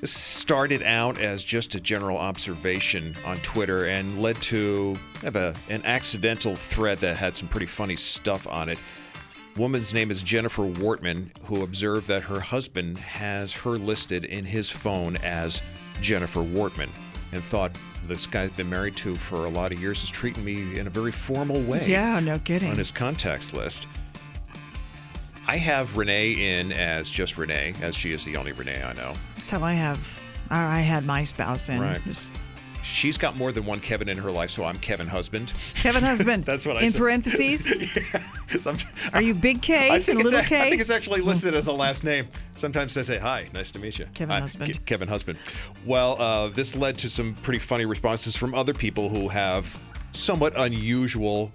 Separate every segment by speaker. Speaker 1: This started out as just a general observation on Twitter and led to kind of a, an accidental thread that had some pretty funny stuff on it. Woman's name is Jennifer Wortman, who observed that her husband has her listed in his phone as Jennifer Wortman and thought this guy I've been married to for a lot of years is treating me in a very formal way
Speaker 2: Yeah, no kidding.
Speaker 1: on his contacts list. I have Renee in as just Renee, as she is the only Renee I know.
Speaker 2: That's how I have. I I had my spouse in.
Speaker 1: Right.
Speaker 2: Just
Speaker 1: She's got more than one Kevin in her life, so I'm Kevin husband.
Speaker 2: Kevin husband.
Speaker 1: That's what I
Speaker 2: In
Speaker 1: said.
Speaker 2: parentheses,
Speaker 1: Some-
Speaker 2: are you big K
Speaker 1: I think,
Speaker 2: and
Speaker 1: it's
Speaker 2: little
Speaker 1: a-
Speaker 2: K?
Speaker 1: I think it's actually listed as a last name. Sometimes they say, hi, nice to meet you.
Speaker 2: Kevin
Speaker 1: Hi,
Speaker 2: husband.
Speaker 1: Ke- Kevin husband. Well, uh, this led to some pretty funny responses from other people who have somewhat unusual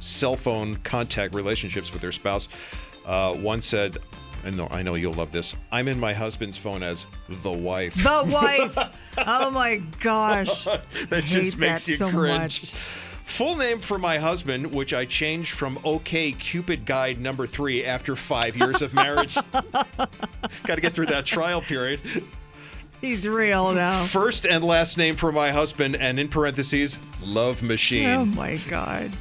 Speaker 1: cell phone contact relationships with their spouse. Uh, one said, I know, I know you'll love this. I'm in my husband's phone as the wife.
Speaker 2: the wife. Oh my gosh.
Speaker 1: that just
Speaker 2: hate
Speaker 1: makes
Speaker 2: that
Speaker 1: you
Speaker 2: so
Speaker 1: cringe.
Speaker 2: much.
Speaker 1: Full name for my husband, which I changed from OK Cupid Guide number three after five years of marriage. Got to get through that trial period.
Speaker 2: He's real now.
Speaker 1: First and last name for my husband, and in parentheses, Love Machine.
Speaker 2: Oh my god.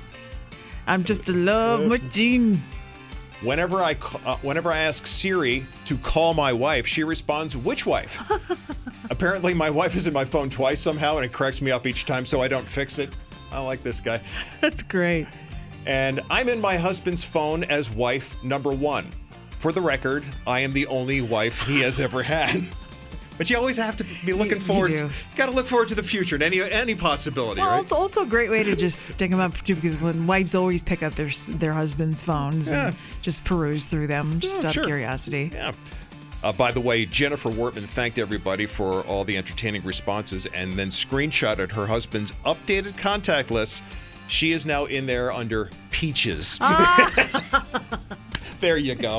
Speaker 2: I'm just a love machine.
Speaker 1: Whenever I ca- uh, whenever I ask Siri to call my wife, she responds, "Which wife?" Apparently, my wife is in my phone twice somehow, and it cracks me up each time, so I don't fix it. I like this guy.
Speaker 2: That's great.
Speaker 1: and I'm in my husband's phone as wife number one. For the record, I am the only wife he has ever had. But you always have to be looking
Speaker 2: you
Speaker 1: forward.
Speaker 2: do.
Speaker 1: got to look forward to the future and any any possibility,
Speaker 2: Well,
Speaker 1: right?
Speaker 2: it's also a great way to just stick them up too, because when wives always pick up their s- their husbands' phones and
Speaker 1: Yeah.
Speaker 2: just peruse through them, just
Speaker 1: Yeah,
Speaker 2: out
Speaker 1: sure.
Speaker 2: of curiosity.
Speaker 1: Yeah. Uh, by the way, Jennifer Wortman thanked everybody for all the entertaining responses and then screenshotted her husband's updated contact list.
Speaker 2: Ah.
Speaker 1: She is now in there under peaches. there you go.